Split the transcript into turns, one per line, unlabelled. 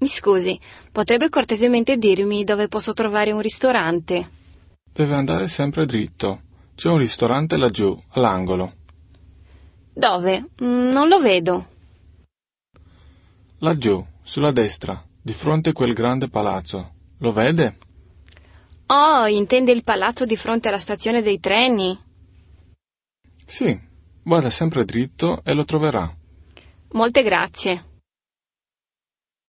Mi scusi, potrebbe cortesemente dirmi dove posso trovare un ristorante?
Deve andare sempre dritto. C'è un ristorante laggiù, all'angolo.
Dove? Mm, Non lo vedo.
Laggiù, sulla destra, di fronte a quel grande palazzo. Lo vede?
Oh, intende il palazzo di fronte alla stazione dei treni?
Sì. Vada sempre dritto e lo troverà.
Molte grazie.